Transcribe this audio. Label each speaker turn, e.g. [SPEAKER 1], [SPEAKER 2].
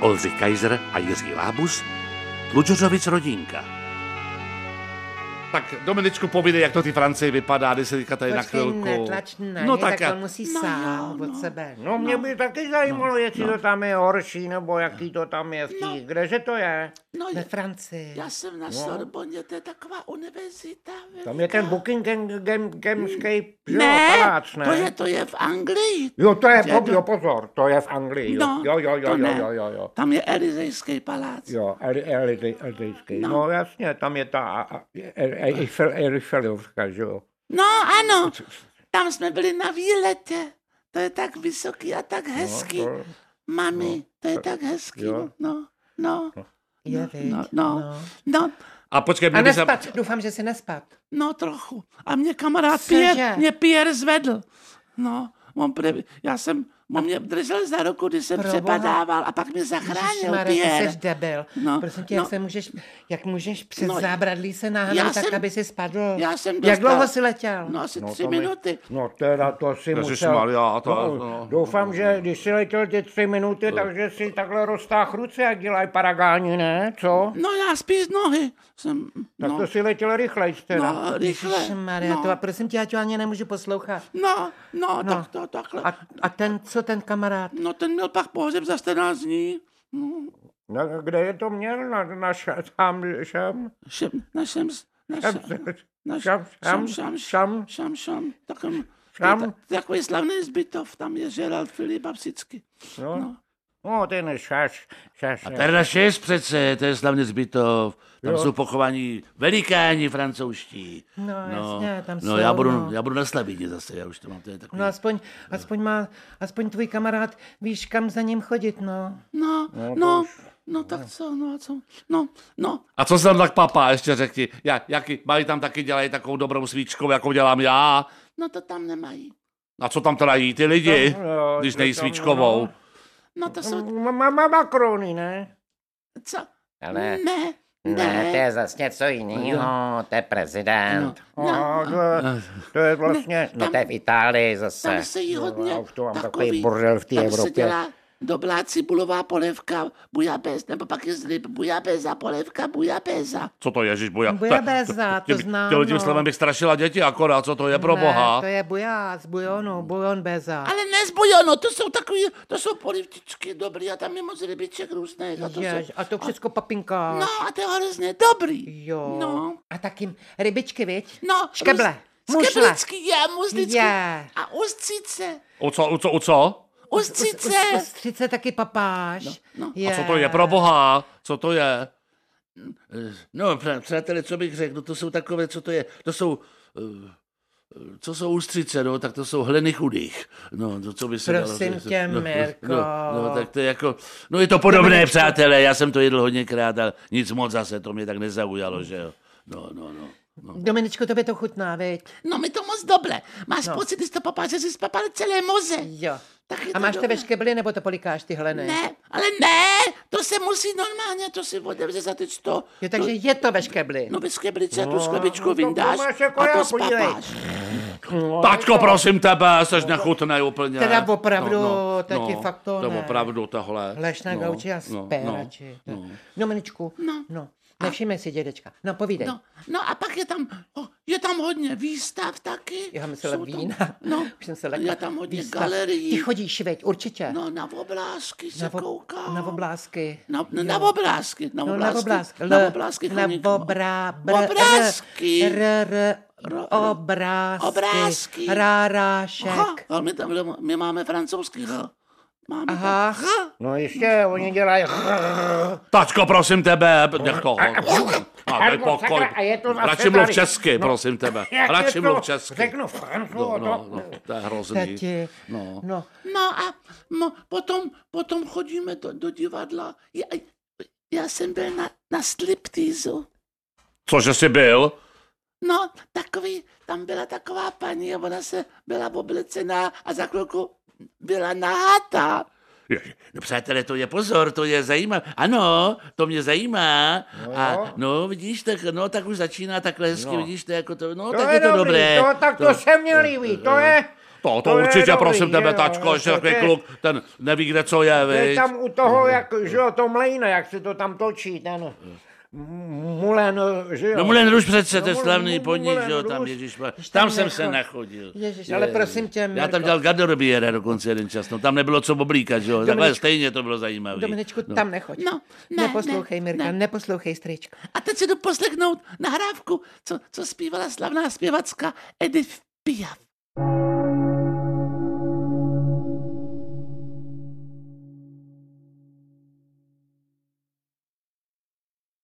[SPEAKER 1] Oldřich Kaiser a Jiří Lábus, Tlučořovic rodinka. Tak Dominičku povídej, jak to ty Francii vypadá, když se teďka tady na
[SPEAKER 2] Počkej,
[SPEAKER 1] chvilku.
[SPEAKER 2] netlač na
[SPEAKER 1] no
[SPEAKER 2] ně, tak,
[SPEAKER 1] já-
[SPEAKER 2] on musí
[SPEAKER 1] no,
[SPEAKER 2] sám
[SPEAKER 1] jo,
[SPEAKER 2] od sebe.
[SPEAKER 3] No mě by taky zajímalo,
[SPEAKER 4] No.
[SPEAKER 3] jestli to tam je horší, nebo jaký to tam je v tý. Kdeže to je?
[SPEAKER 4] No,
[SPEAKER 2] Ve
[SPEAKER 4] je,
[SPEAKER 2] Francii.
[SPEAKER 4] já jsem na
[SPEAKER 1] No.
[SPEAKER 4] Sorboně, to je taková univerzita.
[SPEAKER 3] Tam je ten
[SPEAKER 4] veliká.
[SPEAKER 3] Buckinghamský
[SPEAKER 4] Ne,
[SPEAKER 3] palác, ne?
[SPEAKER 4] to je, to je v Anglii.
[SPEAKER 3] Jo, to je,
[SPEAKER 4] Je to-
[SPEAKER 3] jo, pozor, to je v Anglii, jo,
[SPEAKER 4] No,
[SPEAKER 3] jo, jo, jo,
[SPEAKER 4] to
[SPEAKER 3] jo,
[SPEAKER 4] ne.
[SPEAKER 3] jo, jo, jo.
[SPEAKER 4] Tam je Elizejský palác.
[SPEAKER 3] Jo, eli- eli- elizejský.
[SPEAKER 4] No.
[SPEAKER 3] No jasně, tam je ta a- a- e- e- Eiffel- Eiffelovka, že jo.
[SPEAKER 4] No ano, tam jsme byli na výletě. To je tak vysoký a tak hezký.
[SPEAKER 3] No, to- no,
[SPEAKER 4] Mami, to je tak hezký.
[SPEAKER 3] jo.
[SPEAKER 4] No, no,
[SPEAKER 2] Je, viď?
[SPEAKER 4] no, no, no,
[SPEAKER 1] A počkej,
[SPEAKER 2] A
[SPEAKER 1] mě by se...
[SPEAKER 2] nespat, doufám, že si nespat.
[SPEAKER 4] no trochu. A mě kamarád
[SPEAKER 2] Cože?
[SPEAKER 4] Pierre, mě Pierre zvedl. No, on prv, já jsem, on mě držel za ruku, když jsem
[SPEAKER 2] Proboha.
[SPEAKER 4] přepadával a pak mě zachránil
[SPEAKER 2] Ježišmarja, ty
[SPEAKER 4] Pierre.
[SPEAKER 2] jsi debil.
[SPEAKER 4] No,
[SPEAKER 2] Prosím tě,
[SPEAKER 4] no.
[SPEAKER 2] jak, se můžeš, jak můžeš přes
[SPEAKER 4] No,
[SPEAKER 2] no, zábradlí se
[SPEAKER 4] já
[SPEAKER 2] nahnat tak,
[SPEAKER 4] jsem-
[SPEAKER 2] aby si spadl?
[SPEAKER 4] já jsem
[SPEAKER 2] Jak
[SPEAKER 4] dostal-
[SPEAKER 2] dlouho jsi letěl?
[SPEAKER 4] No asi
[SPEAKER 3] No,
[SPEAKER 4] tři
[SPEAKER 3] to mi-
[SPEAKER 4] minuty.
[SPEAKER 3] No teda to si musel...
[SPEAKER 1] Ježišmarja, to- no.
[SPEAKER 3] doufám, že když si letěl ty tři minuty, takže si takhle roztáh ruce, jak dělají paragáni, ne? Co?
[SPEAKER 4] No já spíš nohy jsem,
[SPEAKER 3] Tak
[SPEAKER 4] no,
[SPEAKER 3] to si letěl rychleji teda.
[SPEAKER 4] no rychle.
[SPEAKER 2] Maria,
[SPEAKER 4] no.
[SPEAKER 2] to a prosím tě, já tě ani nemůžu poslouchat.
[SPEAKER 4] No, no,
[SPEAKER 2] No.
[SPEAKER 4] tak to takhle.
[SPEAKER 2] A, a ten, co ten kamarád?
[SPEAKER 4] No ten měl pak pohřeb za 14 dní. No,
[SPEAKER 3] No, kde je to měl? Na, na ša, tam, šam,
[SPEAKER 4] šem, na šem, na šem,
[SPEAKER 3] šam,
[SPEAKER 4] na šem,
[SPEAKER 3] šam, šam,
[SPEAKER 4] šem,
[SPEAKER 3] šam.
[SPEAKER 4] šem, šam, takový,
[SPEAKER 3] Šam.
[SPEAKER 4] ta- takový slavný zbytov, tam je Gerald Filip a vždycky.
[SPEAKER 3] No, no ten šaš, šaš.
[SPEAKER 5] A Terra 6 přece, to je slavně zbytov. Tam
[SPEAKER 3] Jo.
[SPEAKER 5] jsou pochovaní velikáni francouzští.
[SPEAKER 2] No, jasně, tam
[SPEAKER 5] no,
[SPEAKER 2] jsou,
[SPEAKER 5] já budu,
[SPEAKER 2] no.
[SPEAKER 5] já budu na Slavíně zase, já už to mám, to je takový.
[SPEAKER 2] No aspoň, aspoň má, aspoň tvůj kamarád, víš, kam za ním chodit, no.
[SPEAKER 4] No, no, no, no tak co, no a co, no, no,
[SPEAKER 1] A co jsem tak papá, ještě řekni, jak, jaký, mají tam taky dělají takovou dobrou svíčkou, jakou dělám já.
[SPEAKER 4] no to tam nemají.
[SPEAKER 1] A co tam teda jí ty lidi,
[SPEAKER 3] Tam, jo,
[SPEAKER 1] když
[SPEAKER 3] že
[SPEAKER 1] nejí
[SPEAKER 3] tam,
[SPEAKER 1] svíčkovou?
[SPEAKER 3] no.
[SPEAKER 4] No to
[SPEAKER 2] Mm.
[SPEAKER 4] jsou,
[SPEAKER 3] Mama makrony, ne? No,
[SPEAKER 4] co,
[SPEAKER 6] Ale-
[SPEAKER 4] ne,
[SPEAKER 6] Ne, to
[SPEAKER 4] ne,
[SPEAKER 6] je zase něco jiného, to je
[SPEAKER 4] no,
[SPEAKER 6] prezident.
[SPEAKER 3] Aha,
[SPEAKER 4] no,
[SPEAKER 3] to, je- to je vlastně...
[SPEAKER 6] No to je v Itálii
[SPEAKER 4] tam
[SPEAKER 6] zase.
[SPEAKER 4] se
[SPEAKER 2] No,
[SPEAKER 4] jí
[SPEAKER 3] No, já
[SPEAKER 4] hodně
[SPEAKER 3] už to mám takový
[SPEAKER 4] takový,
[SPEAKER 3] bordel v té
[SPEAKER 4] tam se
[SPEAKER 3] Evropě.
[SPEAKER 4] dělá dobrá cibulová polévka bujabez, nebo pak je z ryb bujabeza, polévka bujabeza.
[SPEAKER 1] Co to ježíš, buja?
[SPEAKER 2] Bujabéza, to
[SPEAKER 1] Tím,
[SPEAKER 2] znám,
[SPEAKER 1] tím, tím
[SPEAKER 2] no.
[SPEAKER 1] slovem bych strašila děti akorát, co to je pro boha.
[SPEAKER 2] Ne, to je buja z bujonu, bujon beza.
[SPEAKER 4] Ale ne z bujono, to jsou takový, to jsou polivtičky dobrý a tam je moc rybiček různých. A to,
[SPEAKER 2] Jež,
[SPEAKER 4] jsou,
[SPEAKER 2] a to všechno papinka.
[SPEAKER 4] no a to je hrozně dobrý.
[SPEAKER 2] Jo.
[SPEAKER 4] No,
[SPEAKER 2] A taky rybičky, viď?
[SPEAKER 4] no.
[SPEAKER 2] Škeble,
[SPEAKER 4] Růz,
[SPEAKER 2] mušle.
[SPEAKER 4] škeblický je, muzlický.
[SPEAKER 2] Je.
[SPEAKER 4] A ustřice,
[SPEAKER 1] U co, u co, u co?
[SPEAKER 4] ustřice.
[SPEAKER 2] Ostřice taky papáš. No,
[SPEAKER 4] no. A co
[SPEAKER 1] A co to je pro boha? Co to je?
[SPEAKER 5] No, pra- přátelé, co bych řekl, no to jsou takové, co to je, to jsou, eh, eh, co jsou ústřice, no, tak to jsou hleny chudých. No, no co by se
[SPEAKER 2] Prosím
[SPEAKER 5] dalo,
[SPEAKER 2] tě,
[SPEAKER 5] no,
[SPEAKER 2] Mirko.
[SPEAKER 5] No, no, tak to je jako, no je to podobné, přátelé, já jsem to jedl hodněkrát, ale nic moc zase, to mě tak nezaujalo, že jo. No, no, no.
[SPEAKER 2] Dominičko, tobě to chutná, viď?
[SPEAKER 4] No mi to moc doble.
[SPEAKER 2] No.
[SPEAKER 4] Máš pocit, když to papá, že jsi spapal celé moze.
[SPEAKER 2] Jo.
[SPEAKER 4] Tak je
[SPEAKER 2] A
[SPEAKER 4] to
[SPEAKER 2] máš to
[SPEAKER 4] dobré.
[SPEAKER 2] ve škebli, nebo to polikáš tyhle ne?
[SPEAKER 4] Ne, ale ne, to se musí no, normálně, to si odevře za teď to.
[SPEAKER 2] Jo, takže je to ve škebli.
[SPEAKER 4] No bez skeblice, tu sklebičku
[SPEAKER 3] to
[SPEAKER 4] vyndáš
[SPEAKER 3] máš jako
[SPEAKER 4] a
[SPEAKER 3] já,
[SPEAKER 4] to
[SPEAKER 3] podívej.
[SPEAKER 4] spapáš.
[SPEAKER 3] No,
[SPEAKER 1] Tačko, prosím tebe, jsi nechutnej úplně. No,
[SPEAKER 2] Teda opravdu, to ti fakt to
[SPEAKER 1] To
[SPEAKER 2] ne.
[SPEAKER 1] opravdu tohle.
[SPEAKER 2] Lež na
[SPEAKER 1] No,
[SPEAKER 2] gauči a
[SPEAKER 1] no,
[SPEAKER 2] spérači.
[SPEAKER 1] no,
[SPEAKER 2] No,
[SPEAKER 1] no.
[SPEAKER 2] Dominičku,
[SPEAKER 4] No.
[SPEAKER 2] no. no. Nevšimne si dědečka. No, povídej.
[SPEAKER 4] No, no a pak je tam, o, je tam hodně výstav taky.
[SPEAKER 2] Já myslela
[SPEAKER 4] Jsou tam-
[SPEAKER 2] vína.
[SPEAKER 4] No,
[SPEAKER 2] Už jsem se lekla.
[SPEAKER 4] je tam hodně
[SPEAKER 2] Výstav. Ty
[SPEAKER 4] galerií.
[SPEAKER 2] chodíš, veď, určitě.
[SPEAKER 4] No, na oblásky se
[SPEAKER 2] na, vo,
[SPEAKER 4] koukám.
[SPEAKER 2] na oblásky.
[SPEAKER 4] Na, na, na oblásky, na
[SPEAKER 2] No,
[SPEAKER 4] oblásky.
[SPEAKER 2] na oblásky.
[SPEAKER 4] Na oblásky.
[SPEAKER 2] Na
[SPEAKER 4] chodník.
[SPEAKER 2] obrá... br-
[SPEAKER 4] Obrázky.
[SPEAKER 2] R, r, r,
[SPEAKER 4] Ro- ro-
[SPEAKER 2] obrázky.
[SPEAKER 4] obrázky. Aha,
[SPEAKER 2] Rárášek.
[SPEAKER 4] ale my, tam, my máme francouzský H. Máme
[SPEAKER 2] Aha.
[SPEAKER 4] tam H.
[SPEAKER 3] No ještě, oni dělají...
[SPEAKER 1] Tačko, no. prosím tebe, nech toho. A dej
[SPEAKER 3] Arno,
[SPEAKER 1] pokoj.
[SPEAKER 3] sakra, a je to zase
[SPEAKER 1] Radši mluv
[SPEAKER 3] tady.
[SPEAKER 1] česky, prosím tebe. Radši mluv česky.
[SPEAKER 3] Řeknu Francu,
[SPEAKER 1] No,
[SPEAKER 3] no,
[SPEAKER 1] no,
[SPEAKER 3] to...
[SPEAKER 1] no, to je hrozný.
[SPEAKER 2] Tati.
[SPEAKER 1] No.
[SPEAKER 2] No.
[SPEAKER 4] No a no, potom, potom chodíme do, do divadla. Já, já jsem byl na, na striptýzu.
[SPEAKER 1] Cože jsi byl?
[SPEAKER 4] No, takový, tam byla taková paní a ona se byla oblecená a za chvilku byla nahatá.
[SPEAKER 5] No přátelé, to je pozor, to je zajímavé. Ano, to mě zajímá. No, a, no vidíš, tak, no, tak už začíná takhle hezky, no. vidíš, to je jako to, no,
[SPEAKER 3] To
[SPEAKER 5] tak
[SPEAKER 3] je,
[SPEAKER 5] je to
[SPEAKER 3] dobrý,
[SPEAKER 5] dobré.
[SPEAKER 3] to, tak to, se mně líbí, to je...
[SPEAKER 7] To, to
[SPEAKER 2] To je
[SPEAKER 7] určitě,
[SPEAKER 2] dobrý,
[SPEAKER 7] prosím tebe,
[SPEAKER 2] jo,
[SPEAKER 7] tačko,
[SPEAKER 2] jo,
[SPEAKER 7] ještě
[SPEAKER 2] to
[SPEAKER 7] takový
[SPEAKER 2] je-
[SPEAKER 7] kluk, ten neví, kde co je,
[SPEAKER 2] To je
[SPEAKER 7] viď?
[SPEAKER 2] tam u toho, jak, že jo, to mlejno, jak se to tam točí, ten mulen, že jo.
[SPEAKER 1] No Mulen Ruš přece,
[SPEAKER 2] No,
[SPEAKER 1] to je
[SPEAKER 2] Moulin-
[SPEAKER 1] slavný
[SPEAKER 2] Moulin
[SPEAKER 1] podnik, že jo, tam
[SPEAKER 2] Rouge.
[SPEAKER 1] Ježíš,
[SPEAKER 8] Když tam
[SPEAKER 1] tam jsem
[SPEAKER 8] nechal-
[SPEAKER 1] se nachodil.
[SPEAKER 8] Ježiš, ale prosím tě,
[SPEAKER 1] Já tam
[SPEAKER 8] Mirko,
[SPEAKER 1] dělal garderobiéra dokonce jeden čas, no tam nebylo co oblíkat, že jo, takhle
[SPEAKER 8] Dominičku-
[SPEAKER 1] stejně to bylo zajímavé.
[SPEAKER 8] Dominičku, tam nechoď.
[SPEAKER 4] No, ne,
[SPEAKER 8] neposlouchej,
[SPEAKER 4] ne,
[SPEAKER 8] Mirka,
[SPEAKER 4] ne.
[SPEAKER 8] neposlouchej, strýčko.
[SPEAKER 4] A teď si jdu poslechnout nahrávku, co, co zpívala slavná zpěvačka Edith Piaf.
[SPEAKER 1] Čau.